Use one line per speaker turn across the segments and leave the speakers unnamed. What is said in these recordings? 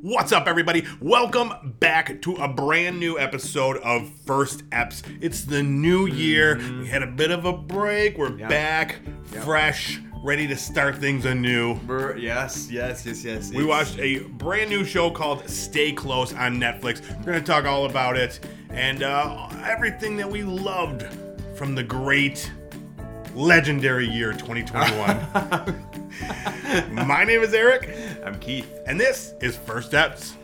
What's up, everybody? Welcome back to a brand new episode of First Eps. It's the new year. We had a bit of a break. We're
Yeah.
back,
Yeah.
fresh, ready to start things anew.
Bur- yes, yes, yes, yes.
We watched a brand new show called Stay Close on Netflix. We're going to talk all about it and uh, everything that we loved from the great, legendary year 2021. My name is Eric,
I'm Keith.
and this is First Steps.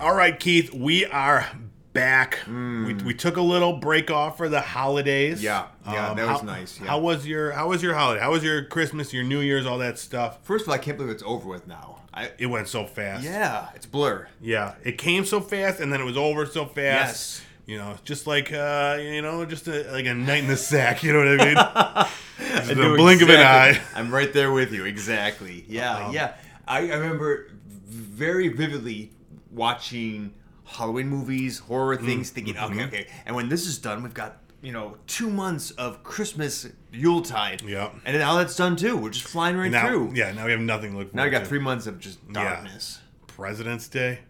All right, Keith, we are back. We, we took a little break off for the holidays.
Mm.
Um,
Yeah, yeah, that was
how-
nice, yeah.
How was your How was your holiday? How was your Christmas, your New Year's, all that stuff?
First of all, I can't believe it's over with now. I
It went so fast.
yeah, it's blur.
Yeah, it came so fast, and then it was over so fast.
Yes.
You know, just like uh, you know, just a, like a night in the sack. You know what I mean?
It's
the blink of an
eye. I'm right there with you. Exactly. Yeah, yeah. I, I remember very vividly watching Halloween movies, horror
Mm-hmm.
things, thinking, okay, okay. And when this is done, we've got you know two months of Christmas Yuletide.
Yep.
And now that's done too. We're just flying right
now,
through.
yeah. Now we have nothing to look.
Now we
forward
got
to.
three months of just darkness.
President's Day.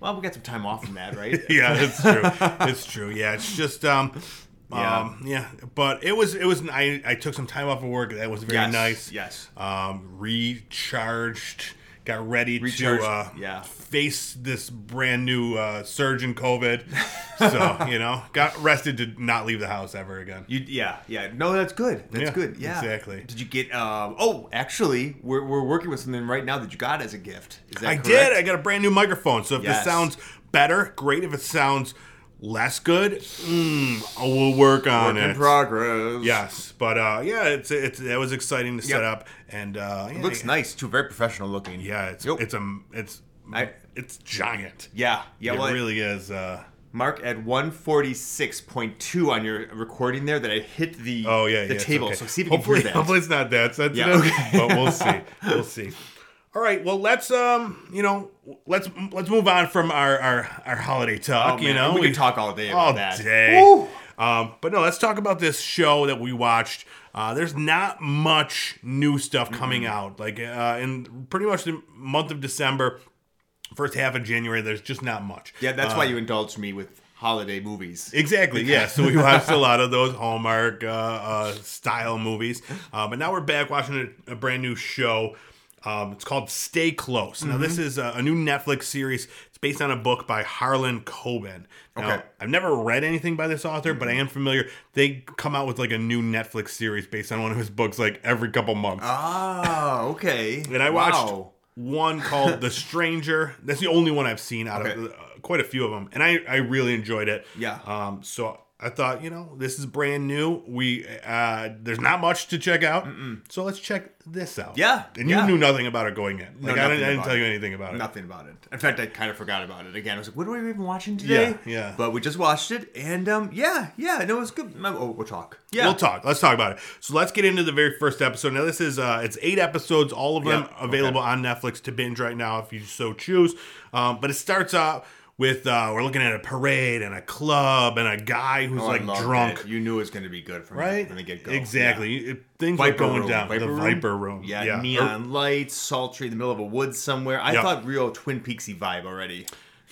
Well, we got some time off from that, right?
yeah, it's true. It's true. Yeah, it's just um,
Yeah.
um, yeah. But it was it was. I I took some time off of work. That was very
Yes,
nice.
yes.
Um, recharged. Got ready
Recharged,
to uh,
yeah.
face this brand new uh, surge in COVID. so you know, got rested to not leave the house ever again.
You, yeah, yeah. No, that's good. That's
Yeah,
good. Yeah.
exactly.
Did you get? Um, oh, actually, we're, we're working with something right now that you got as a gift. Is that
I
correct?
did. I got a brand new microphone. So if
Yes.
this sounds better, great. If it sounds less good, mm, we'll work on
Work
it.
in progress.
Yes, but uh, yeah, it's it's that was exciting to set
Yep.
up, and uh, yeah,
It looks
yeah,
nice too. Very professional looking.
Yeah, it's
Yep.
it's a it's
I-
it's giant.
Yeah. Yeah.
it
well,
really is. Uh,
Mark at one forty six point two on your recording there that I hit the
oh yeah,
the
yeah, it's
table.
okay.
So see if you can
hopefully,
hear that.
hopefully it's not that sensitive,
okay.
but we'll see. We'll see. All right, well let's um you know let's let's move on from our our, our holiday
Oh,
talk. you
man,
know
we, can talk all day about
all
that.
day.
Woo!
Um, but no, let's talk about this show that we watched. Uh, there's not much new stuff coming out. Like uh, in pretty much the month of December, first half of January, there's just not much.
Yeah, that's why you indulged me with holiday movies.
Exactly. Yeah. So we watched a lot of those Hallmark uh, uh, style movies, uh, but now we're back watching a, a brand new show. Um, it's called Stay Close. Now
Mm-hmm.
this is a, a new Netflix series. It's based on a book by Harlan Coben. Now,
Okay. Mm-hmm.
I've never read anything by this author, but I am familiar. They come out with like a new Netflix series based on one of his books like every couple months.
Ah, okay.
And I watched
Wow.
one called The Stranger. That's the only one I've seen out of
Okay.
uh, quite a few of them, and I I really enjoyed it.
Yeah.
Um. So I thought, you know, this is brand new. We uh, there's not much to check out, so let's check this out.
Yeah,
And you
yeah.
knew nothing about it going in. Like I
nothing
didn't, I didn't
about
tell
it.
you anything about it.
Nothing about it. In fact, I kind of forgot about it again. I was like, what are we even watching today?
Yeah, yeah.
But we just watched it, and um, yeah, yeah, no, it's good. No, Oh, we'll talk. Yeah.
We'll talk. Let's talk about it. So let's get into the very first episode. Now this is uh it's eight episodes, all of them
Yeah, okay.
available on Netflix to binge right now if you so choose. Um, but it starts out with uh we're looking at a parade and a club and a guy who's
Oh, I
like
loved
drunk.
it. You knew it was going to be good from,
Right?
from the get go.
Exactly.
Yeah.
It- things
Viper
were going
room.
down.
Viper
the
room?
Viper room.
Yeah, neon lights, sultry, in the middle of a woods somewhere. I
Yeah.
thought real Twin Peaksy vibe already.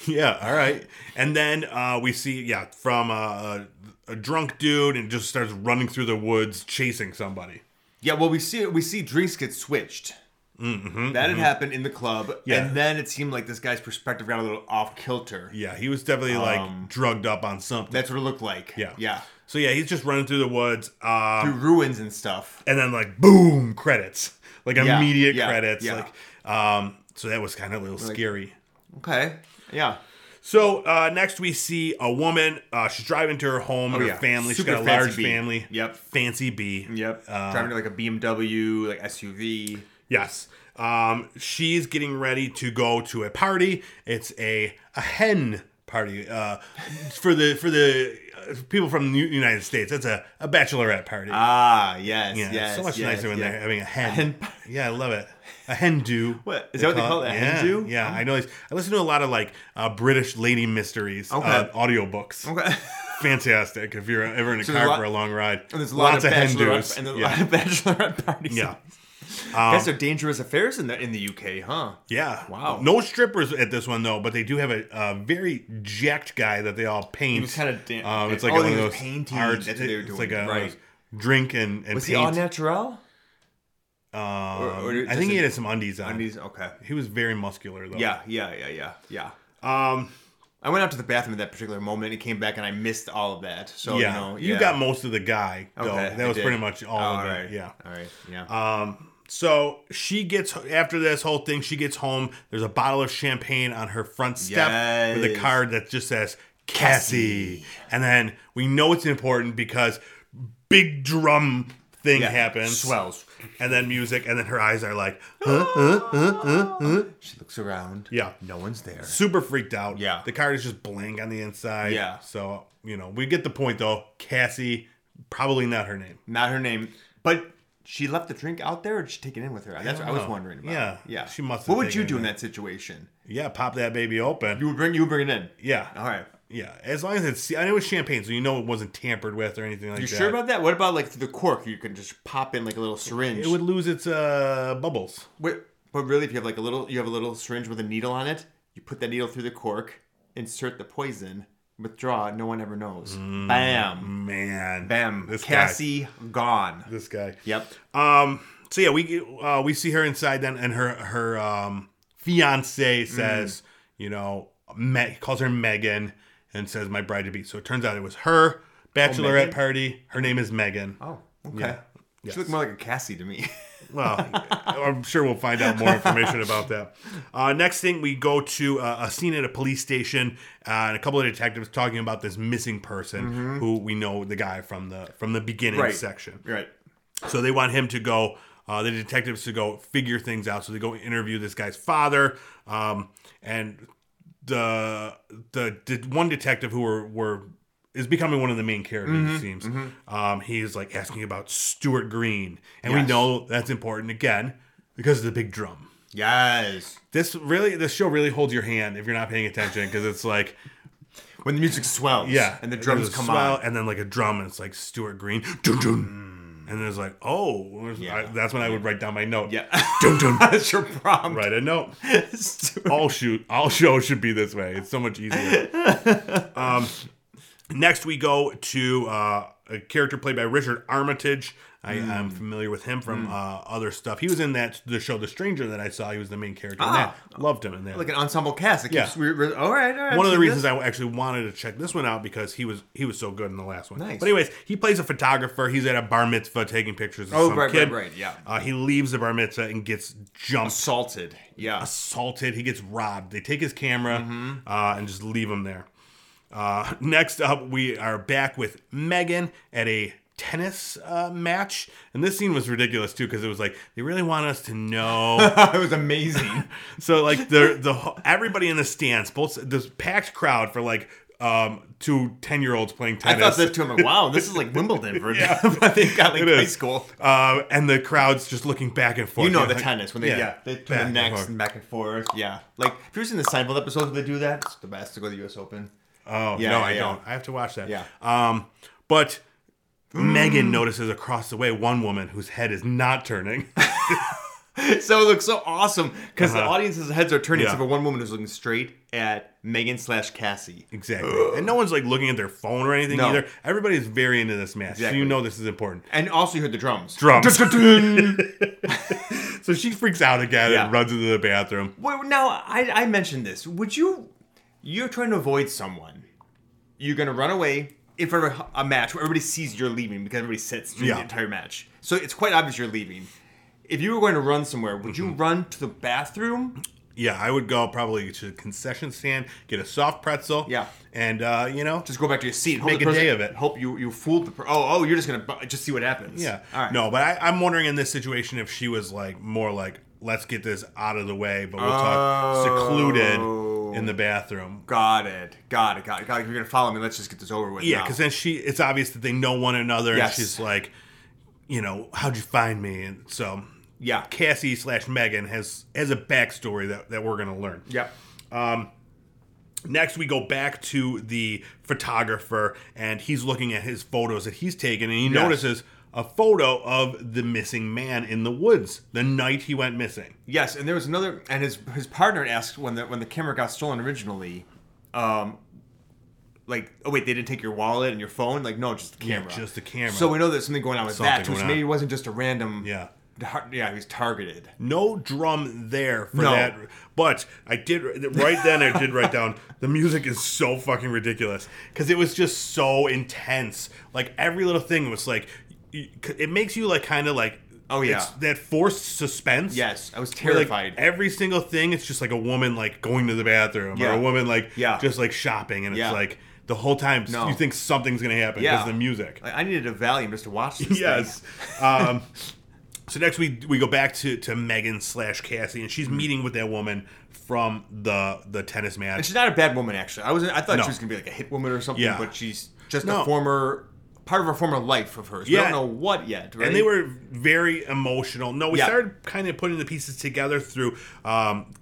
Yeah, all right. And then uh, we see, yeah, from uh, a, a drunk dude and just starts running through the woods chasing somebody.
Yeah, well, we see we see drinks get switched. Mm-hmm, that had happened in the club,
Yeah.
and then it seemed like this guy's perspective got a little off kilter.
Yeah, he was definitely
Um,
like drugged up on something.
That's what it looked like.
Yeah.
yeah,
So yeah, he's just running through the woods, uh,
through ruins and stuff.
and then like boom, credits, like
Yeah,
immediate
yeah,
credits.
yeah.
Like, um, so that was kind of a little scary.
Okay, yeah.
So uh, next we see a woman. Uh, she's driving to her home. her
Oh, yeah.
family.
Super
she's got a
fancy
large
bee.
family.
Yep.
Fancy bee.
Yep.
Uh,
Driving like a BMW, like SUV.
Yes. Um, she's getting ready to go to a party. It's a, a hen party uh, for the for the uh, people from the U- United States. That's a, a bachelorette party.
Ah, yes,
yeah,
yes.
it's so much
yes,
nicer when
yes.
they're having a hen.
hen par-
yeah, I love it. A hen do.
What, is that what they call it, a hen
yeah,
do? Oh.
Yeah, I know. These, I listen to a lot of like uh, British lady mysteries,
Okay.
uh, audiobooks.
Okay.
fantastic if you're ever in a
So there's
car
a lot-
for a long ride.
And there's a lot
Lots
of,
of
bachelorette-
Hindus.
and there's
yeah.
a lot of bachelorette parties.
yeah. Um,
Guess they're dangerous affairs in the in the UK, huh?
Yeah.
Wow.
No strippers at this one though, but they do have a, a very jacked guy that they all paint.
was kinda dan-
Um, it's like
oh,
one
he
of
was
those
painting,
arts-
that's what they were
It's like
doing,
a
right.
drink and, and
Was he
paint.
all natural?
Um,
or
I
does
think he
it-
had some undies on.
Undies, okay.
He was very muscular though.
Yeah, yeah, yeah, yeah, yeah.
Um.
I went out to the bathroom at that particular moment. It came back, and I missed all of that. So
yeah.
you know,
You
yeah.
got most of the guy though.
Okay, I
that was
did.
pretty much all
All
of
right.
it. Yeah. Uh,
All right. Yeah.
So she gets after this whole thing. She gets home. There's a bottle of champagne on her front step with a
Yes.
card that just says Cassie. and then we know it's important because big drum thing
yeah.
happens,
Swells.
and then music, and then her eyes are like
She looks around.
Yeah.
No one's there.
super freaked out.
Yeah.
the card is just blank on the inside.
Yeah.
so you know we get the point though. Cassie, probably not her name.
Not her name, but she left the drink out there, or did she take it in with her? That's what I was
know.
wondering about.
Yeah.
Yeah.
She must have
What would
taken
you
it
do
in
in that situation?
Yeah, pop that baby open.
You would bring. You would bring it in.
Yeah,
All right.
yeah. As long as it's, I know it's champagne, so you know it wasn't tampered with or anything like
You
that.
sure about that? What about like the cork? You can just pop in like a little syringe.
It would lose its uh, bubbles.
Wait, but really, if you have like a little, you have a little syringe with a needle on it. You put that needle through the cork, insert the poison, withdraw. No one ever knows. Bam,
Man,
bam.
Mm. This
Cassie gone.
guy. This guy.
Yep.
Um. So yeah, we uh, we see her inside then, and her her um fiance says,
Mm-hmm.
you know, Me- calls her Megan and says my bride to be. So it turns out it was her bachelorette
Oh, Megan?
party. Her name is Megan.
Oh, okay.
Yeah.
She looked more like a Cassie to me.
Well, I'm sure we'll find out more information about that. Uh, next thing, we go to uh, a, a scene at a police station, uh, and a couple of detectives talking about this missing person who we know the guy from the from the beginning
Right.
section.
right.
So they want him to go, uh, the detectives to go figure things out. So they go interview this guy's father, um, and the the the one detective who were were is becoming one of the main characters.
Mm-hmm,
it seems um, he is like asking about Stuart Green, and we
Yes.
know that's important again because of the big drum.
Yes.
This really, this show really holds your hand if you're not paying attention because it's like
When the music swells.
yeah,
And the
there's
drums
a
come
swell,
on.
and then like a drum, and it's like Stuart Green, dun, dun. and there's like oh, where's-
Mm. Yeah.
I- that's when I would write down my note.
Yeah.
dun, dun.
That's your problem.
Write a note.
Right.
All shoot, all shows should be this way. It's so much easier. Um, next we go to uh, a character played by Richard Armitage. I
Mm.
am familiar with him from uh, other stuff. He was in that the show The Stranger that I saw. He was the main character. in
Ah.
that. Loved him in there.
like an ensemble cast. It
Yeah.
keeps, we're, we're, all right. All right.
one of the
I've seen
reasons
this.
I actually wanted to check this one out because he was he was so good in the last one.
Nice.
But anyways, he plays a photographer. He's at a bar mitzvah taking pictures. Of
Oh,
some
right,
kid.
right, right, yeah.
Uh, he leaves the bar mitzvah and gets jumped
assaulted. Yeah.
assaulted. He gets robbed. They take his camera
Mm-hmm.
uh, and just leave him there. Uh, next up, we are back with Megan at a tennis uh, match, and this scene was ridiculous too because it was like they really want us to know.
it was amazing.
so like the the whole- everybody in the stands, both this packed crowd for like um, two ten year olds playing
I
tennis.
thought that too. I'm like, wow, this is like Wimbledon for yeah. they've got like
It
high
is.
school.
Uh, and the crowd's just looking back and forth.
You know
You're
the
like,
tennis when they yeah, they turn
back
their
and
necks
forth.
and back and forth. Yeah, like if you've seen the Seinfeld episodes where they do that, it's the best to go to the U.S. Open.
Oh
Yeah,
no,
yeah,
I
yeah.
don't. I have to watch that.
Yeah.
Um, but Megan notices across the way one woman whose head is not turning.
so it looks so awesome because the
Uh-huh.
audience's heads are turning
Yeah.
except for one woman who's looking straight at Megan slash Cassie.
exactly. and no one's like looking at their phone or anything
No.
either. Everybody's very into this match, so
Exactly.
you know this is important.
And also you heard the drums.
Drums.
Dun-dun-dun.
So she freaks out again
Yeah.
and runs into the bathroom.
Well, now I, I mentioned this. Would you? You're trying to avoid someone. You're gonna run away in front of a match where everybody sees you're leaving because everybody sits through
Yeah.
the entire match. So it's quite obvious you're leaving. If you were going to run somewhere, would
Mm-hmm.
you run to the bathroom?
Yeah, I would go probably to the concession stand, get a soft pretzel.
Yeah.
And uh, you know,
Just go back to your seat.
Make
the
a day of it.
Hope you you fooled the. Per- oh oh, you're just gonna bu- just see what happens.
Yeah.
All right.
No, but I, I'm wondering in this situation if she was like more like, let's get this out of the way, but we'll
Oh.
talk secluded in the bathroom.
Got it. Got it. Got it. Got it. If you're gonna follow me, let's just get this over with.
Yeah,
now.
because then she, it's obvious that they know one another,
Yes.
and she's like, you know, how'd you find me? And so
yeah.
Cassie slash Megan has has a backstory that that we're gonna learn.
Yep.
Next, we go back to the photographer, and he's looking at his photos that he's taken, and he notices a photo of the missing man in the woods the night he went missing.
Yes, and there was another, and his his partner asked when the when the camera got stolen originally, um, like oh wait they didn't take your wallet and your phone like no just the
Yeah,
camera
just the camera.
So we know there's something going on with that,
Something
which
went
maybe
on.
wasn't just a random
Yeah.
tar- yeah he was targeted.
No drum there for
No.
that. But I did right then. I did write down the music is so fucking ridiculous because it was just so intense. Like every little thing was like, y- y- it makes you like kind of like
Oh, yeah.
it's that forced suspense.
Yes, I was
Where, like,
terrified.
every single thing, it's just like a woman like going to the bathroom or
Yeah.
a woman like
Yeah.
just like shopping, and it's
Yeah.
like the whole time
No.
you think something's gonna happen because
Yeah.
the music.
Like, I needed a Valium just to watch this.
yes.
thing.
um, so next we we go back to to Megan slash Cassie, and
Mm-hmm.
she's meeting with that woman from the the tennis
and
match.
she's not a bad woman actually. I was I thought
No.
she was gonna be like a hit woman or something,
Yeah.
but she's just
No.
a former part of her former life of hers.
Yeah.
We don't know what yet, right?
And they were very emotional. No, we
Yeah.
started kind of putting the pieces together through. Um,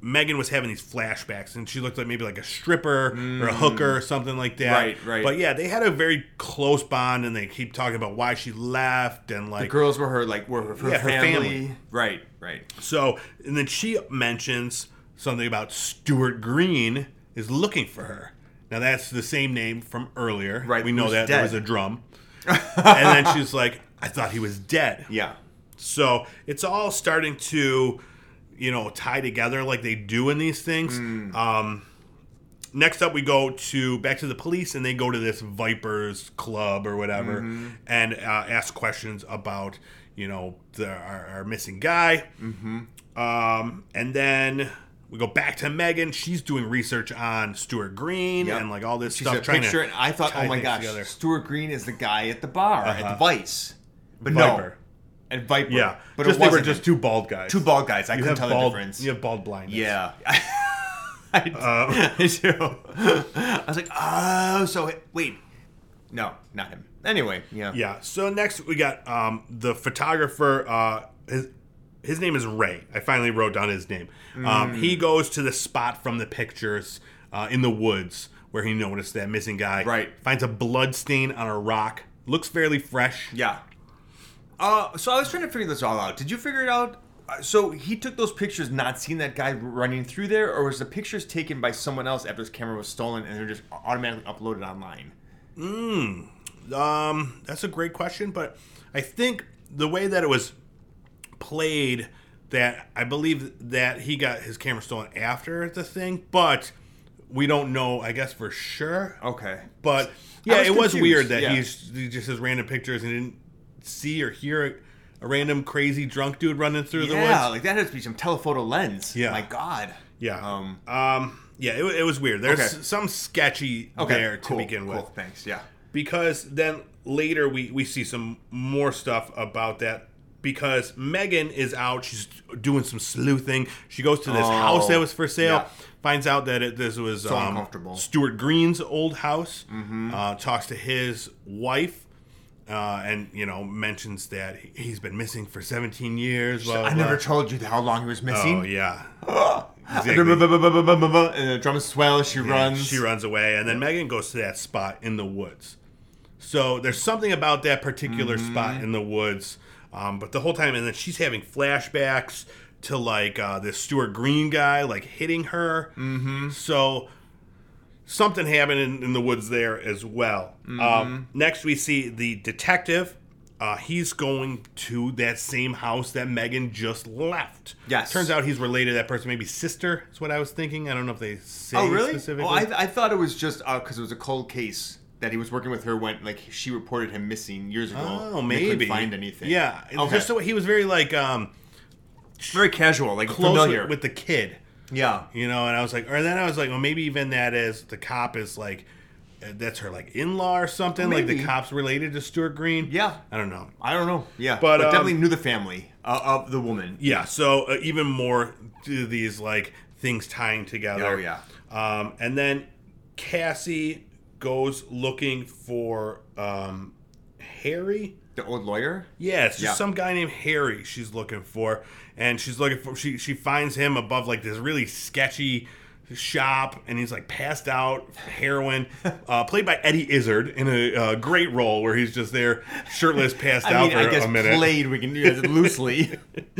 Megan was having these flashbacks, and she looked like maybe like a stripper or a hooker or something like that.
Mm. Right, right.
But yeah, they had a very close bond, and they keep talking about why she left and like
the girls were her like were her, her
Yeah, her
family.
family.
Right, right.
So, and then she mentions something about Stuart Green is looking for her. Now that's the same name from earlier.
Right,
We know
who's
that there
dead.
was a drum. and then she's like, I thought he was dead.
Yeah.
So it's all starting to, you know, tie together like they do in these things.
Mm.
Um, next up, we go to back to the police, and they go to this Vipers Club or whatever,
Mm-hmm.
and uh, ask questions about, you know, the, our, our missing guy. Mm-hmm. Um, and then. We go back to Megan. She's doing research on Stuart Green
Yep.
and like all this
She
stuff.
said
trying to
picture, and I thought,
tie
oh my
things
gosh,
together.
Stuart Green is the guy at the bar at
Uh-huh.
the Vice, but
Viper.
no, at Viper.
yeah,
but
but just
it
they were
wasn't
just two bald guys.
two bald guys. I
You have
couldn't tell
bald,
the difference.
You have bald Uh. blindness.
Yeah. I, I do. I was like, oh, so it- wait, no, not him. Anyway, yeah,
Yeah. So next we got um, the photographer. Uh, his his name is Ray. I finally wrote down his name. Um, he goes to the spot from the pictures uh, in the woods where he noticed that missing guy.
Right.
Finds a blood stain on a rock. Looks fairly fresh.
yeah. Uh, so I was trying to figure this all out. Did you figure it out? Uh, So he took those pictures, not seeing that guy running through there, or was the pictures taken by someone else after his camera was stolen and they're just automatically uploaded online?
Um, that's a great question, but I think the way that it was played, that I believe that he got his camera stolen after the thing, but we don't know. I guess for sure.
Okay.
But
I
yeah,
was
it was
confused,
weird that
yeah.
he's he just has random pictures and didn't see or hear a, a random crazy drunk dude running through
Yeah,
the woods.
like that has to be some telephoto lens.
Yeah.
My God.
Yeah.
Um,
Um. yeah. It, wa- it was weird. There's
Okay.
some sketchy
okay.
there to
cool,
begin
cool,
with
Thanks. Yeah.
because then later we we see some more stuff about that because Megan is out she's doing some sleuthing she goes to this
Oh,
house that was for sale
yeah.
finds out that it, this was um,
uncomfortable. Mm-hmm.
Stuart Green's old house uh, talks to his wife uh, and you know mentions that he- he's been missing for 17 years blah,
I
blah,
never
blah.
told you how long he was missing.
oh yeah
And the drum swells. She runs.
Oh, She runs away, and then Megan goes to that spot in the woods. So there's something about that particular
Mm-hmm.
spot in the woods. Um, but the whole time, and then she's having flashbacks to like uh, this Stuart Green guy, like hitting her. Mm-hmm. So something happened in, in the woods there as well.
Mm-hmm.
Um, next, we see the detective. Uh, he's going to that same house that Megan just left.
Yes.
Turns out he's related to that person, maybe sister. Is what I was thinking. I don't know if they say
Oh, really?
specifically.
Oh, I, I thought it was just because it was a cold case that he was working with her when, like, she reported him missing years ago.
Oh,
and they couldn't
maybe
find anything.
Yeah,
Okay.
just so he was very like um,
very casual, like
close
familiar.
with, with the kid,
yeah.
you know. And I was like, or then I was like, well, maybe even that is the cop is like, uh, that's her like in law or something. Like the
Maybe.
cops related to Stuart Green.
Yeah.
I don't know.
I don't know. Yeah,
But,
but,
um,
definitely knew the family uh, of the woman.
Yeah, so uh, even more to these like things tying together.
Oh, yeah.
Um, and then Cassie goes looking for um, Harry.
The old lawyer.
Yeah, it's just
Yeah.
some guy named Harry she's looking for, and she's looking for she she finds him above like this really sketchy shop and he's like passed out heroin uh, played by eddie izzard in a uh, great role where he's just there shirtless passed
I
out
mean,
for
I guess
a minute
played. We can use it loosely.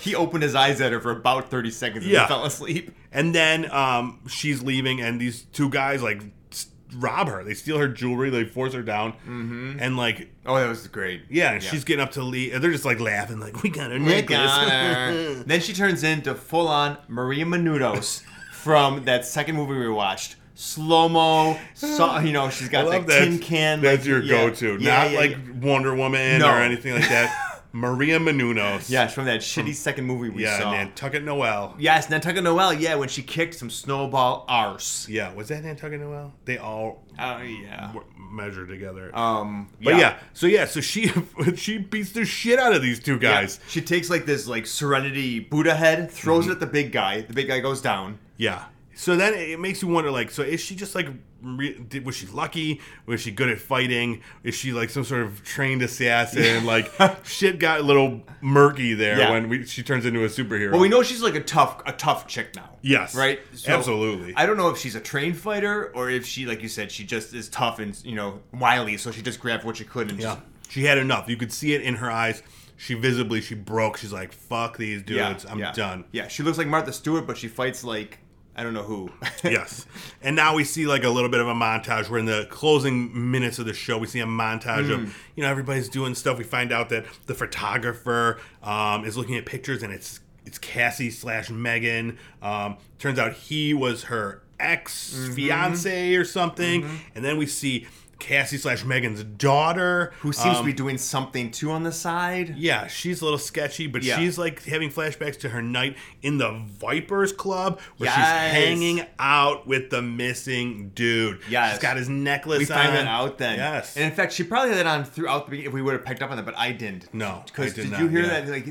he opened his eyes at her for about thirty seconds and
Yeah.
then fell asleep.
And then um, she's leaving, and these two guys like s- rob her. They steal her jewelry. They force her down, mm-hmm. and like
Oh, that was great.
yeah, and she's getting up to leave. And they're just like laughing, like we got her
Nick
necklace.
on her. then she turns into full on Maria Menounos from that second movie we watched. Slow mo, so, you know, she's
I
got
love
like
that.
tin can.
That's
like,
your
yeah,
go-to,
yeah,
not
yeah,
like
yeah.
Wonder Woman
No.
or anything like that. Maria Menounos.
yeah, it's from that shitty second movie we
Hmm. yeah,
saw.
Nantucket Noel.
Yes, Nantucket Noel. Yeah, when she kicked some snowball arse.
Yeah, was that Nantucket Noel? They all
Oh yeah.
were measured together.
Um.
but yeah. so yeah, so she she beats the shit out of these two
Yeah.
guys. Mm-hmm.
She takes like this like Serenity Buddha head, throws it at the big guy. The big guy goes down.
Yeah. So then it makes you wonder, like, so is she just like, re- did, was she lucky? Was she good at fighting? Is she like some sort of trained assassin? like, shit got a little murky there
Yeah.
when we, she turns into a superhero.
Well, we know she's like a tough, a tough chick now.
Yes.
right.
Absolutely.
I don't know if she's a trained fighter or if she, like you said, she just is tough and you know wily, so she just grabbed what she could and
yeah,
just,
she had enough. You could see it in her eyes. She visibly, she broke. She's like, fuck these dudes. I'm
yeah.
done.
Yeah, she looks like Martha Stewart, but she fights like I don't know who.
yes. And now we see like a little bit of a montage. We're in the closing minutes of the show. We see a montage
Hmm.
of you know everybody's doing stuff. We find out that the photographer um, is looking at pictures, and it's it's Cassie slash Megan. Um, turns out he was her ex
Mm-hmm.
fiance or something. And then we see Cassie slash Megan's daughter,
who seems
Um,
to be doing something too on the side.
yeah, she's a little sketchy, but
Yeah.
she's like having flashbacks to her night in the Vipers Club where she's
Yes.
hanging out with the missing dude.
Yes.
She's got his necklace
We find
on.
that out then.
Yes.
And in fact, she probably had that on throughout the beginning if we would have picked up on that, but I didn't.
No, I
Because
did
did,
not,
you hear
yeah.
that? Like,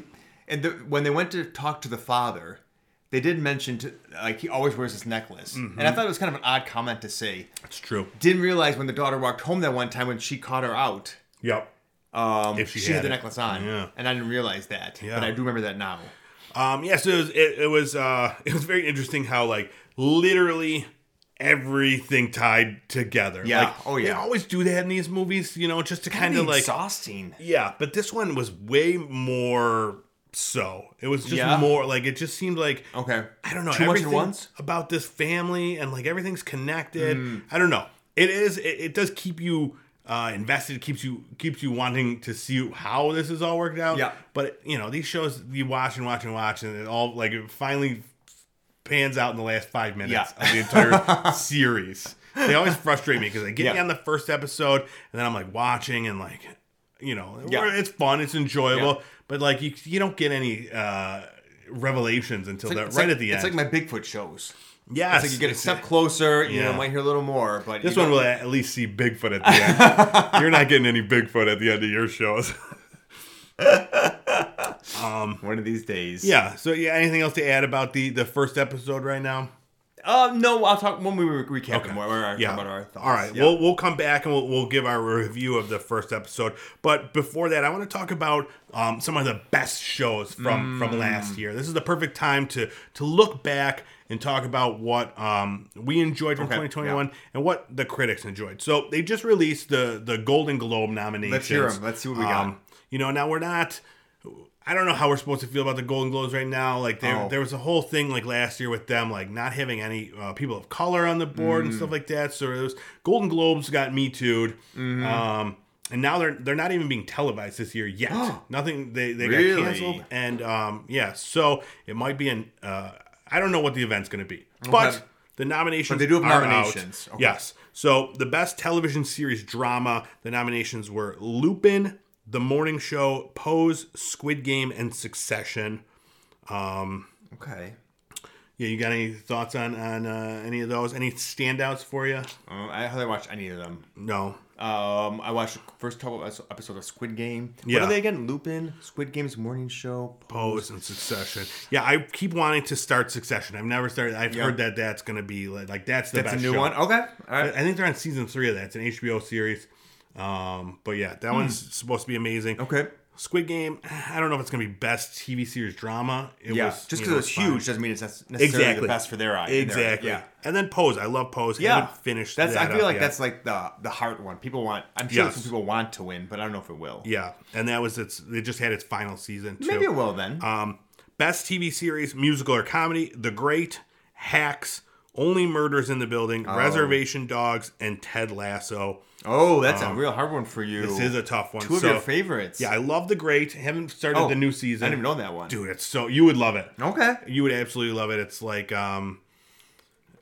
and the, when they went to talk to the father, they did mention to, like he always wears this necklace,
Mm-hmm.
and I thought it was kind of an odd comment to say.
That's true.
Didn't realize when the daughter walked home that one time when she caught her out,
Yep.
um,
If she
she, had,
had
the
it.
necklace on,
Yeah.
and I didn't realize that.
Yeah.
But I do remember that now.
Um, yeah, so it was, it, it was uh, it was very interesting how like literally everything tied together.
Yeah.
Like,
Oh,
They
yeah.
always do that in these movies, you know, just to kind of like
exhausting.
Yeah, but this one was way more so. It was just
Yeah.
more like it just seemed like
Okay.
I don't know
Too much at
everything
once? Hmm.
about this family and like everything's connected. I don't know. It is. It, it does keep you uh, invested. Keeps you keeps you wanting to see how this is all worked out.
Yeah.
But you know these shows you watch and watch and watch and it all like it finally pans out in the last five minutes
Yeah.
of the entire series. They always frustrate me because they get
Yeah.
me on the first episode and then I'm like watching and like you know
Yeah.
it's fun, it's enjoyable,
Yeah.
but like you you don't get any. uh Revelations until the,
It's
right
like-
at the end.
It's like my Bigfoot shows.
Yeah,
It's like you get a step closer, you
Yeah.
know, might hear a little more, but
This
you
one
don't-
will at least see Bigfoot at the end. You're not getting any Bigfoot at the end of your shows.
one of these days.
yeah. So yeah, anything else to add about the the first episode right now?
Um, no, I'll talk when we re- recap okay. more. We're
Yeah.
about our thoughts.
All right.
Yeah.
We'll we'll come back and we'll we'll give our review of the first episode. But before that, I want to talk about um, some of the best shows
Mm.
from from last year. This is the perfect time to to look back and talk about what um, we enjoyed from
Okay,
2021 and what the critics enjoyed. So they just released the the Golden Globe nominations. Um,
Let's hear 'em. Let's see what we got.
You know, now we're not. I don't know how we're supposed to feel about the Golden Globes right now. Like there,
Oh.
there was a whole thing like last year with them like not having any uh, people of color on the board
Mm.
and stuff like that. So those Golden Globes got me tooed.
Mm-hmm.
Um, and now they're they're not even being televised this year yet. Nothing they they
Really?
got canceled and um, yeah, so it might be an uh, I don't know what the event's going to be, but the nominations
But they do have
are out.
nominations. Okay.
Yes. So the best television series drama, the nominations were Lupin, The Morning Show, Pose, Squid Game, and Succession.
Okay.
Yeah, you got any thoughts on on uh, any of those? Any standouts for you?
Um, I haven't watched any of them.
No.
Um, I watched the first couple of episodes of Squid Game. What
Yeah.
are they again? Lupin, Squid Game's morning show.
Pose and Succession. Yeah, I keep wanting to start Succession. I've never started. I've
Yeah.
heard that that's going to be like, like that's the
That's a
best
new
show.
one. Okay. All right.
I think they're on
Hmm.
season three of that. It's an HBO series. Um, but yeah, that one's supposed to be amazing.
Okay.
Squid Game, I don't know if it's gonna be best TV series drama. It
yeah,
was,
just
you
because
know,
it's
fine.
huge doesn't mean it's nec- necessarily
Exactly.
the best for their eye. in their eye.
Exactly.
Yeah.
And then Pose. I love Pose. I
Yeah,
haven't finished.
That's.
that
I feel
up
like
yet.
that's like the the heart one. People want. I'm sure
Yes.
some people want to win, but I don't know if it will.
yeah. And that was its. It just had its final season. Too.
Maybe it will then.
Um, best TV series, musical or comedy: The Great, Hacks, Only Murders in the Building, Reservation Dogs, and Ted Lasso.
oh, that's a real hard one for you.
um, This is a tough one.
two of
So,
your favorites.
Yeah, I love The Great. Haven't started
Oh,
the new
I
season.
didn't even know that one.
Dude, it's so you would love it.
Okay.
You would absolutely love it. It's like um,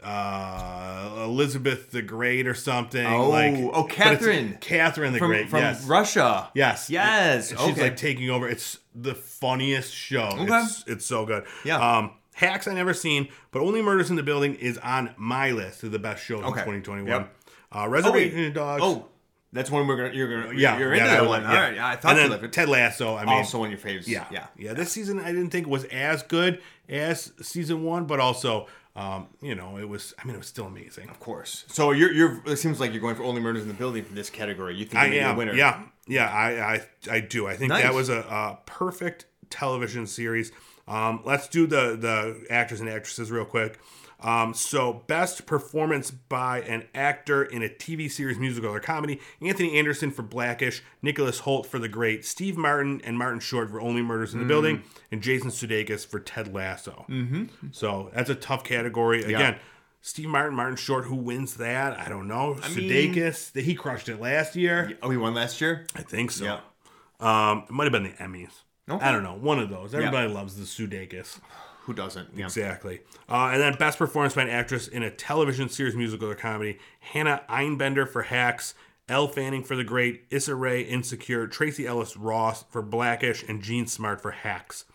uh, Elizabeth the Great or something.
Oh,
like,
oh,
but it's
Catherine.
Catherine the
From
Great.
from
yes.
Russia.
Yes.
Yes,
And She's
okay.
like taking over. It's the funniest show. It's, it's so good.
Yeah.
Um, Hacks I never seen, but Only Murders in the Building is on my list of the best shows in
Okay.
2021.
Yep.
Uh,
Oh,
Reservation
wait.
Dogs.
Oh, that's one we're gonna. You're gonna.
yeah.
You're
yeah,
into
I
that
would
one.
like-
All
yeah.
right. Yeah, I thought you
and
loved
then
it.
Ted Lasso. I mean,
also one of your faves.
yeah,
Yeah.
This season I didn't think was as good as season one, but also, um, you know, it was. I mean, it was still amazing.
Of course. So you're, you're. It seems like you're going for only murders in the building for this category. You think
I
you're gonna be
am.
the winner?
Yeah, yeah. I I, I do. I think that
Nice.
was a, a perfect television series. Um, let's do the the actors and actresses real quick. Um, so, best performance by an actor in a TV series, musical, or comedy: Anthony Anderson for Blackish, Nicholas Holt for The Great, Steve Martin and Martin Short for Only Murders in
Mm.
the Building, and Jason Sudeikis for Ted Lasso. Mm-hmm. So that's a tough category. Again, Steve Martin, Martin Short, who wins that? I don't know.
mean-
Sudeikis, he crushed it last year.
Oh, he won last year.
I think so.
Yeah.
Um, it might have been the Emmys.
Okay.
I don't know. One of those. Everybody loves the Sudeikis.
Who doesn't? Yeah.
Exactly. Uh, and then best performance by an actress in a television series, musical, or comedy: Hannah Einbender for Hacks, Elle Fanning for The Great, Issa Rae Insecure, Tracy Ellis Ross for Blackish, and Jean Smart for Hacks.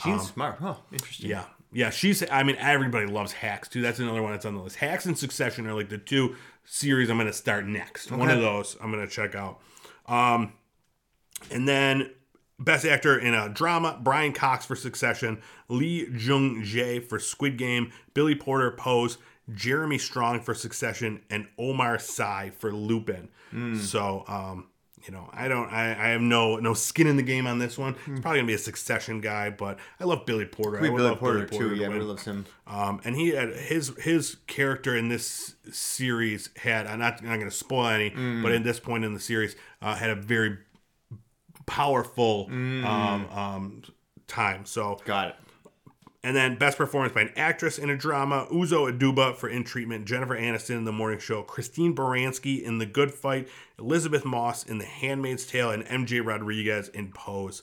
She's smart. Huh. Interesting.
Um, Yeah. Yeah, she's. I mean, everybody loves Hacks too. That's another one that's on the list. Hacks and Succession are like the two series I'm going to start next. One of those I'm going to check out. Um, and then best actor in a drama: Brian Cox for Succession, Lee Jung Jae for Squid Game, Billy Porter Pose, Jeremy Strong for Succession, and Omar Sy for Lupin.
Hmm.
So, um, you know, I don't, I, I have no no skin in the game on this one. It's probably gonna be a Succession guy, but I love Billy Porter. I
Hmm. We
would
Billy
love
Porter,
Billy Porter
too.
to
Yeah,
win.
everybody loves him.
Um, and he had his his character in this series had I'm not, I'm not going to spoil any, but at this point in the series uh, had a very powerful um, um, time. So
Got it.
and then best performance by an actress in a drama: Uzo Aduba for In Treatment, Jennifer Aniston in The Morning Show, Christine Baranski in The Good Fight, Elizabeth Moss in The Handmaid's Tale, and MJ Rodriguez in Pose.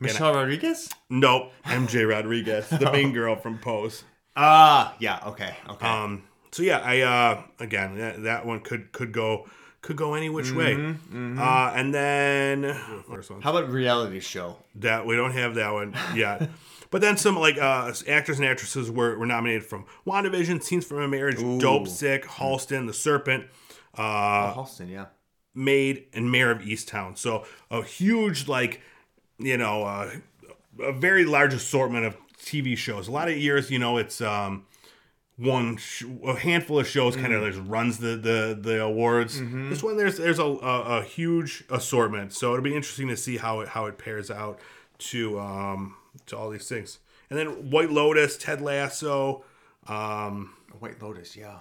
Michelle Rodriguez.
Uh, Nope, MJ Rodriguez, the main girl from Pose.
Ah. yeah. Okay. Okay.
Um, so yeah, I uh, again that, that one could could go could go any which way. Uh, and then first one
How about reality show?
that we don't have that one yet. But then some like uh, actors and actresses were, were nominated from WandaVision, Scenes from a Marriage, Dope Sick, Halston, The Serpent, uh,
Oh, Halston. Yeah.
Maid, and Mayor of Easttown. So a huge like you know uh, a very large assortment of TV shows. A lot of years, you know, it's um, one sh- a handful of shows kind of
Mm.
just runs the the the awards.
Mm-hmm.
This one there's there's a, a a huge assortment, so it'll be interesting to see how it how it pairs out to um to all these things. And then White Lotus, Ted Lasso, um
White Lotus. Yeah.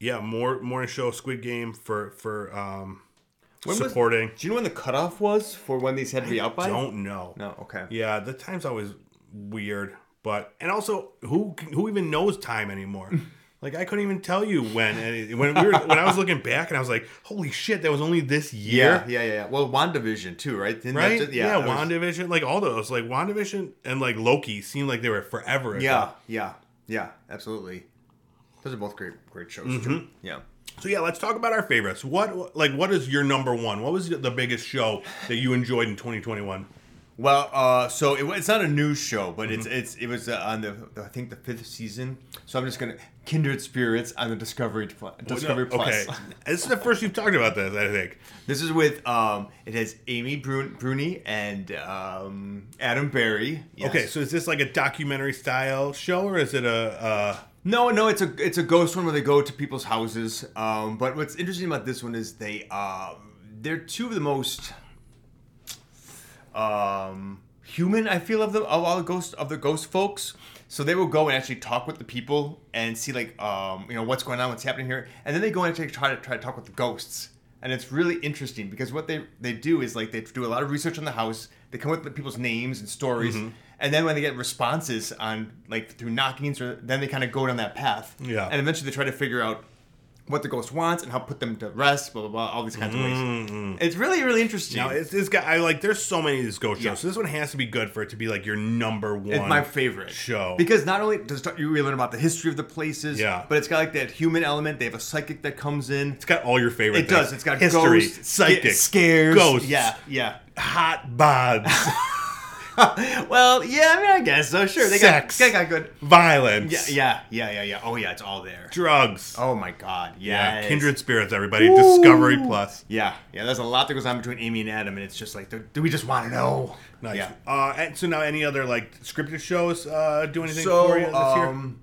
yeah, more morning show, Squid Game for for um
When was-
supporting.
Do you know when the cutoff was for when these had to be out by?
Don't know.
No. Okay.
Yeah, the time's always weird, but and also who who even knows time anymore? like I couldn't even tell you when and it- when we were when I was looking back and I was like, holy shit, that was only this year.
Yeah, yeah, yeah. yeah. Well, WandaVision too, right? Didn't that
Right?
just-
yeah,
that was-
WandaVision, like all those, like WandaVision and like Loki seemed like they were forever. ago.
Yeah, yeah, yeah. Absolutely. Those are both great, great shows too.
Mm-hmm.
Yeah.
So yeah, let's talk about our favorites. What like what is your number one? What was the biggest show that you enjoyed in 2021?
Well, uh, so it, wa- it's not a new show, but
Mm-hmm.
it's it's it was uh, on the, the I think the fifth season. So I'm just gonna kindred spirits on the Discovery Pl- Discovery
Oh, Okay,
Plus.
this is the first you've talked about this. I think.
This is with um, it has Amy Brun- Bruni and um, Adam Barry. Yes.
Okay, so is this like a documentary style show or is it a? Uh,
No, no, it's a it's a ghost one where they go to people's houses. Um, but what's interesting about this one is they um, they're two of the most um, human. I feel of the of all the ghost of the ghost folks. So they will go and actually talk with the people and see like um, you know what's going on, what's happening here, and then they go and actually try to try to talk with the ghosts. And it's really interesting because what they they do is like they do a lot of research on the house. They come up with people's names and stories,
Mm-hmm.
and then when they get responses on like through knockings, or then they kind of go down that path.
Yeah.
And eventually they try to figure out what the ghost wants and how put them to rest. Blah blah blah. All these kinds of ways. It's really really interesting.
Mm-hmm. Now, it's this guy. I like. There's so many of these ghost
Yeah.
shows. So this one has to be good for it to be like your number one.
It's my favorite
show.
because not only does it- you really learn about the history of the places,
Yeah.
but it's got like that human element. They have a psychic that comes in.
it's got all your favorite.
It does.
things.
It's got
history,
ghosts,
psychic,
sca- scares,
ghosts,
Yeah, yeah.
hot bobs,
Well, yeah. I mean, I guess so. Sure, they
Sex.
got they got good.
violence,
Yeah, yeah, yeah, yeah, yeah. Oh yeah, it's all there.
drugs.
Oh my God.
yeah,
Yeah.
kindred spirits, everybody. Discovery Plus.
Yeah, yeah. There's a lot that goes on between Amy and Adam, and it's just like, do do we just want to know?
Nice.
Yeah.
Uh, and so now, any other like scripted shows uh, do anything
So,
for you this year?
um,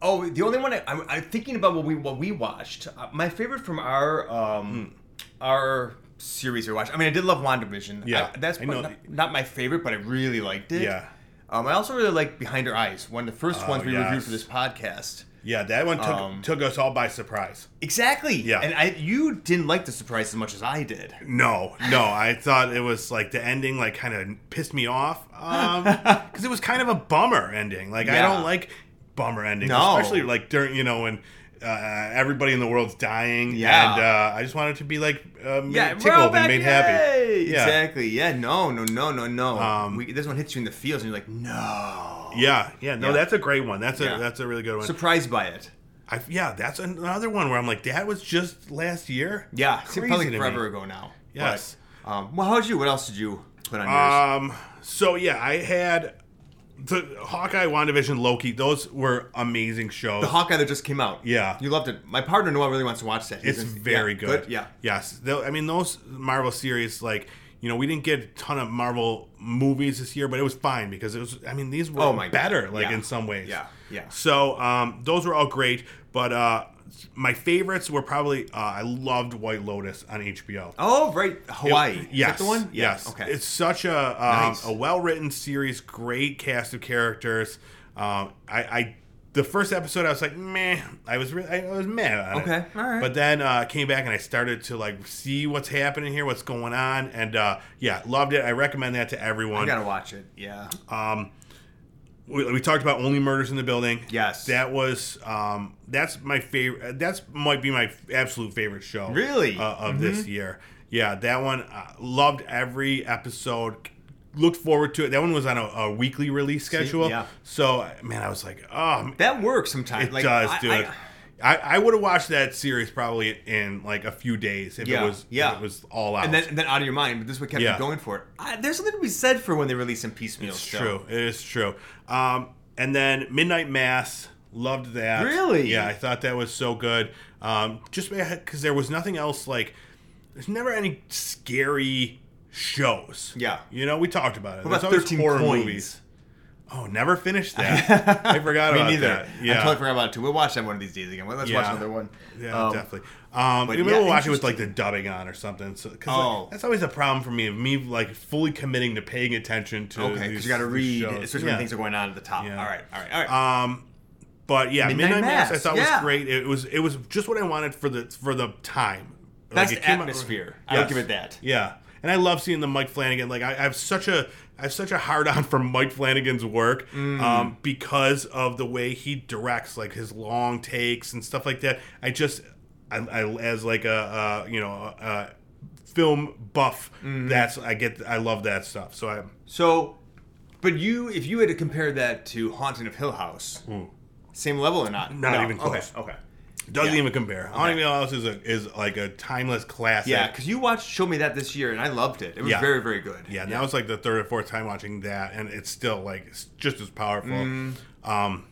oh, the only one I, I'm, I'm thinking about what we what we watched. Uh, my favorite from our
Hmm.
um, our series we watched. I mean, I did love Wandavision.
Yeah,
I, that's
I know.
not, not my favorite, but I really liked it.
Yeah.
Um, I also really liked Behind Her Eyes, one of the first
Oh,
ones we
yes.
reviewed for this podcast.
Yeah, that one took
um,
took us all by surprise.
Exactly.
Yeah.
And I, you didn't like the surprise as much as I did.
No, no. I thought it was like the ending, like kind of pissed me off because it was kind of a bummer ending. Like I
Yeah.
don't like bummer endings,
No.
especially like during you know when uh, everybody in the world's dying.
Yeah.
and uh, I just wanted to be like uh, made-
yeah,
tickled
Rob
and made happy.
Yay!
Yeah,
Exactly. Yeah. No. No. No. No. No.
Um,
we, this one hits you in the feels, and you're like, no.
yeah, yeah. No,
Yeah.
that's a great one. That's a
Yeah.
that's a really good one.
Surprised by it.
I, yeah, that's another one where I'm like, that was just last year.
Yeah. it's
Crazy
probably
to me.
forever ago now.
Yes.
But, um, well, how'd you? What else did you put on yours?
Um. So yeah, I had the Hawkeye, Wandavision, Loki. Those were amazing shows.
the Hawkeye that just came out.
Yeah.
You loved it. My partner Noah really wants to watch that. He's
it's
in-
very
yeah,
good.
Yeah.
Yes. Though- I mean, those Marvel series, like you know, we didn't get a ton of Marvel movies this year, but it was fine because it was. I mean, these were
Oh my God.
better, like
Yeah.
in some ways.
Yeah, yeah.
So um, those were all great, but uh, my favorites were probably uh, I loved White Lotus on HBO.
Oh, right. Hawaii. Is
Yes.
that the one? Yeah,
Yes.
Okay.
It's such a um,
Nice.
a well written series, great cast of characters. Um, I, I the first episode I was like meh. I was really I was meh. On
Okay,
It.
all right.
But then uh, I came back and I started to like see what's happening here, what's going on, and uh, yeah, loved it. I recommend that to
I
everyone.
gotta watch it. Yeah.
Uh, we, we talked about only murders in the building.
Yes.
That was um that's my favorite. uh, That's might be my absolute favorite show.
Really? Mm-hmm.
uh, of this year. Yeah, that one uh, loved every episode. Looked forward to it. That one was on a, a weekly release schedule.
yeah.
So man, I was like, oh,
that works sometimes.
it
like,
does,
I-
dude.
I-
I, I, would have watched that series probably in like a few days if
Yeah,
it was
yeah.
if it was all out.
and then, and then out of your mind, but this is what kept
Yeah.
you going for it. I, there's something to be said for when they release in piecemeal.
It's
still.
true. It is true. Um, and then Midnight Mass, loved that.
Really?
Yeah, I thought that was so good. Um, just because there was nothing else like. There's never any scary shows.
Yeah.
You know, we talked about it.
What about
There's always
13
horror
coins?
movies. Oh, never finished that. I forgot
Me
about
neither.
that.
I
Yeah.
totally forgot about it too. We'll watch that one of these days again. Well, let's watch
Yeah.
another one.
Yeah,
Um,
definitely. Um,
but
maybe
yeah,
we'll watch it with like the dubbing on or something. So, cause like,
Oh.
that's always a problem for me of me like fully committing to paying attention to.
Okay, because
these-
you got to
these
read,
shows.
especially
Yeah.
when things are going on at the top.
Yeah.
All right, all right, all right.
Um, but yeah, Midnight,
Midnight
Mass, I
Mass,
thought was
yeah.
great. It was it was just what I wanted for the for the time.
Best
it came out-
atmosphere. I would give it that.
Yeah, and I love seeing the Mike Flanagan. Like I, I have such a I have such a hard on for Mike Flanagan's work
Mm.
um, because of the way he directs, like his long takes and stuff like that. I just I, I as like a uh, you know a film buff.
Mm.
That's I get I love that stuff. So I
so, but you, if you had to compare that to Haunting of Hill House, same level or not?
Hmm. Not even close.
Okay, okay.
doesn't
Yeah.
even compare. Haunting of Hill House is a, is like a timeless classic.
Yeah, because you watched Show Me That this year, and I loved it. It was
Yeah.
very, very good.
Yeah, now it's like the third or fourth time watching that, and it's still like it's just as powerful.
Mm-hmm.
Um,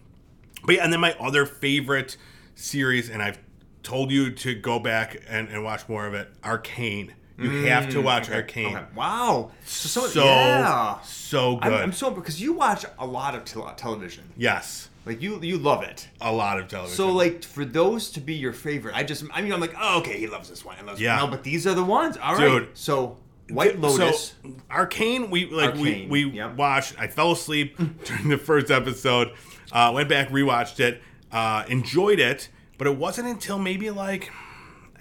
but yeah, and then my other favorite series, and I've told you to go back and, and watch more of it. Arcane. You have to watch Arcane.
Mm, Okay. Wow. So,
So
some- yeah.
so good.
I'm, I'm so because you watch a lot of tel- television.
yes,
Like you, you love it.
a lot of television.
So like for those to be your favorite, I just I mean I'm like oh okay he loves this one, I love this
Yeah.
one. No, but these are the ones. All right,
Dude.
So White Lotus.
So, Arcane, we like
Arcane,
we we
yep.
watched. I fell asleep during the first episode. Uh, went back, rewatched it, uh, enjoyed it, but it wasn't until maybe like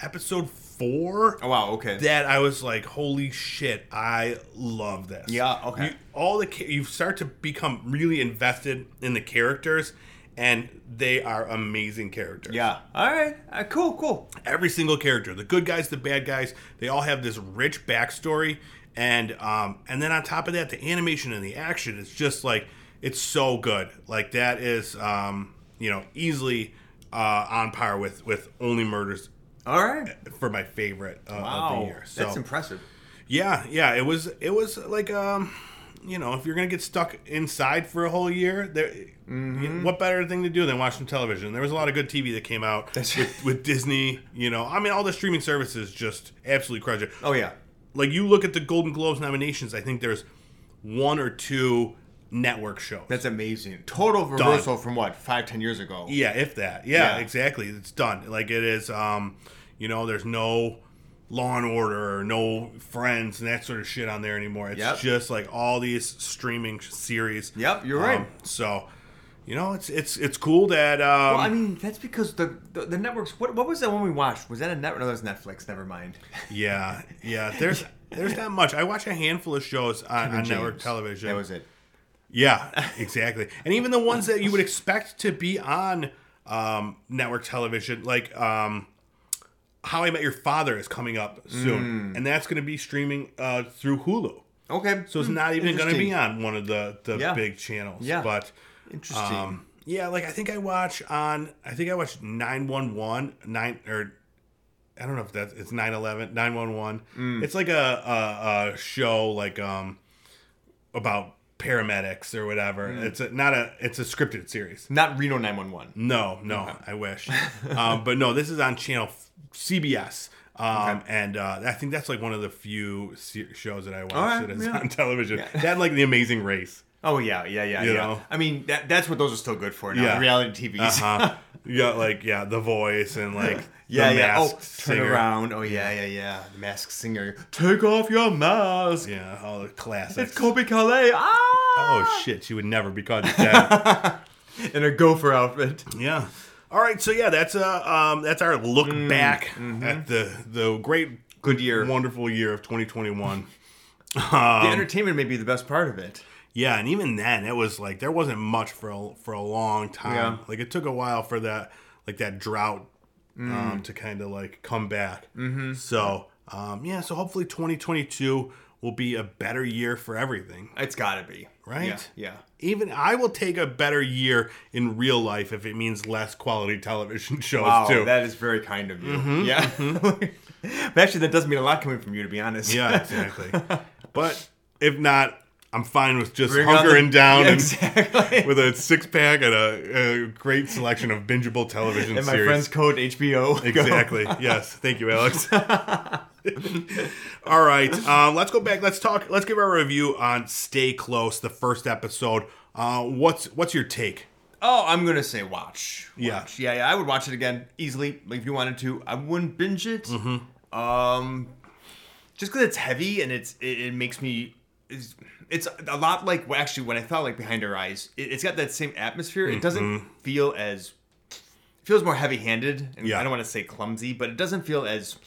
episode four
oh wow, okay.
that I was like, "Holy shit, I love this."
Yeah, okay.
You, all the cha- you start to become really invested in the characters, and they are amazing characters.
yeah. All right. Uh, cool. Cool.
Every single character, the good guys, the bad guys, they all have this rich backstory, and um, and then on top of that, the animation and the action, it's just like it's so good. Like that is um, you know easily uh, on par with with Only Murders
All right.
for my favorite uh, of the
Wow.
year. So
That's impressive.
yeah, yeah, it was it was like um, you know, if you're gonna get stuck inside for a whole year, there, what better thing to do than watch some television? There was a lot of good TV that came out
That's
with, with Disney. You know, I mean, all the streaming services just absolutely crush it.
Oh yeah.
Like you look at the Golden Globes nominations, I think there's one or two network shows.
That's amazing. Total reversal from what five, ten years ago.
Yeah, if that. Yeah,
Yeah.
exactly. It's done. Like it is. Um, you know, there's no Law and Order or no Friends and that sort of shit on there anymore. It's
Yep.
just like all these streaming sh- series.
Yep, you're
Um,
right.
So, you know, it's it's it's cool that. Um,
Well, I mean, that's because the the, the networks. What, what was that one we watched? Was that a network? No, that was Netflix. Never mind.
yeah, yeah. There's there's not much. I watch a handful of shows on, on
James.
network television.
That was it.
Yeah, exactly. and even the ones that you would expect to be on um, network television, like um, How I Met Your Father is coming up soon,
Mm.
and that's going to be streaming uh, through Hulu.
Okay.
So it's not even going to be on one of the, the
Hmm, Yeah.
big channels.
Yeah.
But
Interesting.
um, yeah, like I think I watch on, I think I watched 911, 9 or I don't know if that's it's 911, 911.
Mm.
It's like a, a a show like um about paramedics or whatever.
Mm.
It's a, not a it's a scripted series.
not Reno 911.
No, no, I wish. um, but no, this is on channel f- CBS. Um, and uh, I think that's like one of the few se- shows that I watch
right,
that is
yeah.
on television.
Yeah.
That and, like The Amazing Race.
Oh yeah, yeah, yeah,
You
yeah.
know?
I mean, that, that's what those are still good for now.
Yeah.
Reality TVs.
Uh, you got like yeah, The Voice and like
Yeah,
the
yeah. Oh,
Masked
turn
Singer.
around. Oh yeah, yeah, yeah. The masked singer. Take off your mask.
Yeah, all the
It's
classics.
Kobe Calais. Ah.
Oh shit, she would never be caught dead.
In a gopher outfit.
Yeah. All right. So yeah, that's uh, um, that's our look
Mm,
back
mm-hmm.
at the the great,
Good year.
wonderful year of 2021.
the entertainment may be the best part of it.
yeah, and even then, it was like there wasn't much for a, for a long time.
Yeah.
Like it took a while for that like that drought
Mm.
um, to kind of like come back. Mm-hmm. So um, yeah, so hopefully 2022 will be a better year for everything.
It's gotta be.
Right?
Yeah. yeah.
Even I will take a better year in real life if it means less quality television shows
Wow,
too.
that is very kind of you.
Mm-hmm,
Yeah. but actually, that does mean a lot coming from you, to be honest.
Yeah, exactly. but if not, I'm fine with just
Bring on the-
hunkering down
Yeah,
and
exactly.
with a six pack and a, a great selection of bingeable television
and my
series.
friend's code HBO.
exactly. yes. Thank you, Alex. All right. Um, let's go back. Let's talk. Let's give our review on Stay Close, the first episode. Uh, what's What's your take?
Oh, I'm gonna say watch.
Yeah.
Watch. yeah, yeah. I would watch it again easily like, if you wanted to. I wouldn't binge it.
Mm-hmm.
Um, just because it's heavy and it's it, it makes me. It's, it's a lot like well, actually when I thought like Behind Her Eyes, it, it's got that same atmosphere. It
Mm-hmm.
doesn't feel as it feels more heavy-handed, and
Yeah.
I don't want to say clumsy, but it doesn't feel as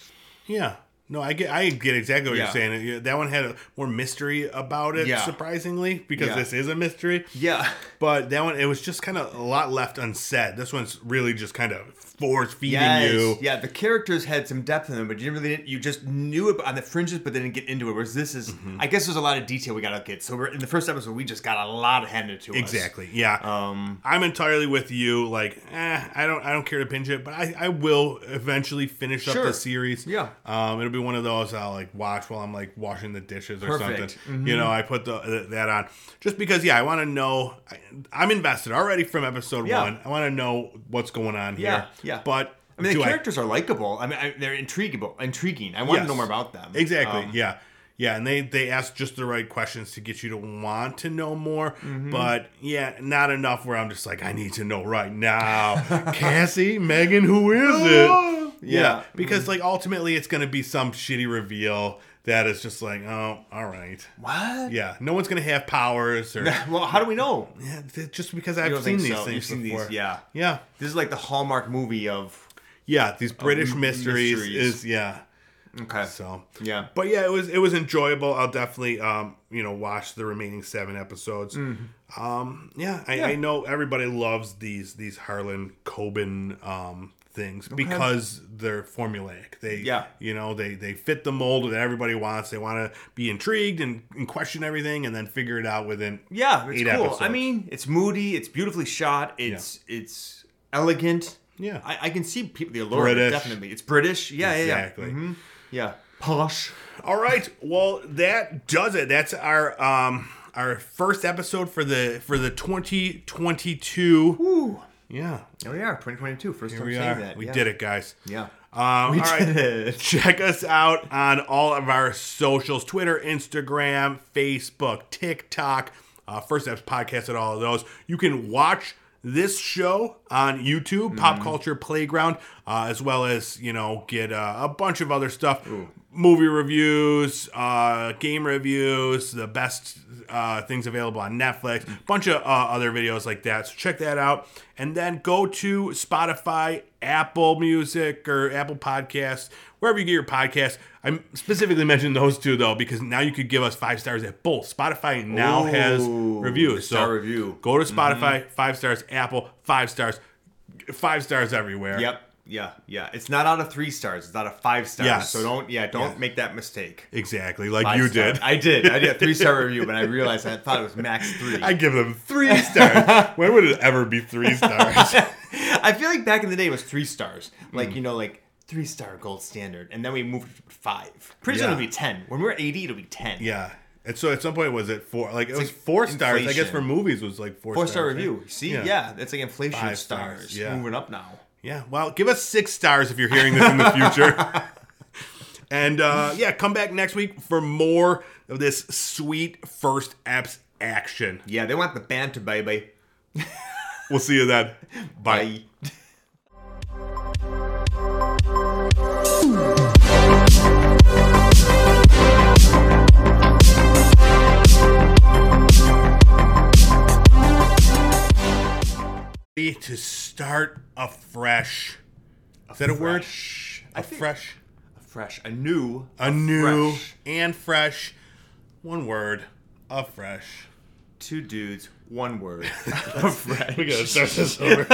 Yeah. No, I get I get exactly what
Yeah.
you're saying. Yeah, That one had a, more mystery about it,
Yeah.
surprisingly, because
Yeah.
this is a mystery.
yeah.
But that one, it was just kind of a lot left unsaid. This one's really just kind of force feeding
Yes.
you.
Yeah, the characters had some depth in them, but you really didn't, you just knew it on the fringes, but they didn't get into it. Whereas this is,
Mm-hmm.
I guess, there's a lot of detail we gotta get. So we're, in the first episode, we just got a lot handed to us.
Exactly. Yeah. Um, I'm entirely with you. Like, eh, I don't, I don't care to binge it, but I, I will eventually finish up
Sure.
the series.
Yeah.
Um, it'll be one of those I'll like watch while I'm like washing the dishes or
Perfect. Mm-hmm.
something. You know, I put the, th- that on just because. Yeah, I want to know. I, I'm invested already from episode
Yeah.
one. I want to know what's going on
Yeah,
here.
yeah.
But
I mean, the
do
characters are likable. I mean, I, they're intriguable, intriguing. I want to
Yes.
know more about them.
Exactly.
Um,
yeah. Yeah, and they they ask just the right questions to get you to want to know more,
Mm-hmm.
but yeah, not enough where I'm just like I need to know right now. Cassie, Megan, who is it?
Yeah. mm-hmm.
because like ultimately it's going to be some shitty reveal that is just like, oh, all right.
What?
Yeah, no one's gonna have powers or
well, how do we know?
yeah, th- just because I've
don't
seen
think
these
so.
things
You've seen these,
before.
yeah.
yeah,
This is like the hallmark movie of.
yeah. These British
Oh, m-
mysteries,
mysteries.
is yeah.
Okay.
So
Yeah.
but yeah, it was it was enjoyable. I'll definitely um you know watch the remaining seven episodes. Um yeah I, I
Mm-hmm. Yeah.
know everybody loves these these Harlan Coben um things because they're formulaic. They
Yeah.
you know they they fit the mold that everybody wants. They want to be intrigued and, and question everything and then figure it out within
Yeah, it's
Eight
cool. I
episodes.
mean, it's moody. It's beautifully shot. It's it's elegant.
Yeah.
I, I can see people the allure. of it,
British.
Definitely, it's British. Yeah,
exactly.
yeah, yeah. Mhm. Yeah, posh.
All right. Well, that does it. That's our um our first episode for the for the 2022.
Ooh.
Yeah.
Here we are, 2022. First time
We
saying
are.
that.
we
yeah.
did it, guys.
Yeah.
Um,
We
all right.
did it.
Check us out on all of our socials Twitter, Instagram, Facebook, TikTok, uh, First Steps Podcast, and all of those. You can watch this show on YouTube, Pop Culture Playground, uh, as well as, you know, get uh, a bunch of other stuff movie reviews, uh, game reviews, the best uh, things available on Netflix, bunch of uh, other videos like that. So check that out, and then go to Spotify, Apple Music, or Apple Podcasts, wherever you get your podcasts. I specifically mentioned those two though because now you could give us five stars at both. Spotify now has
Ooh, the
reviews, so
star review. Mm-hmm.
go to Spotify, five stars. Apple, five stars. Five stars everywhere.
Yep. Yeah. Yeah. It's not out of three stars. It's out of five stars.
Yes.
So don't. Yeah. Don't
Yeah.
make that mistake.
Exactly, like
Five
you
star-
did.
I did. I did a three star review, but I realized I thought it was max three.
I give them three stars. when would it ever be three stars?
I feel like back in the day it was three stars.
Mm.
Like, you know, like three star gold standard. And then we moved to five. Pretty soon
Yeah.
it'll be 10. When we're 80, it'll be 10.
yeah. And so at some point was it four? Like it was
like
four stars. I guess
inflation.
for movies was like four.
Four star
stars, right?
review. See?
Yeah.
Yeah. That's like inflation
Five
stars.
stars, yeah.
Moving up now.
Yeah. Well, give us six stars if you're hearing this in the future. and uh, yeah, come back next week for more of this sweet first apps action.
Yeah, they want the banter, baby.
We'll see you then. Bye.
Bye.
Ready To start afresh. Is that a word?
Fresh. I think-
Afresh.
Fresh. A new.
A new
fresh.
and fresh. One word. Afresh.
Two dudes. One word. fresh.
We gotta start this over.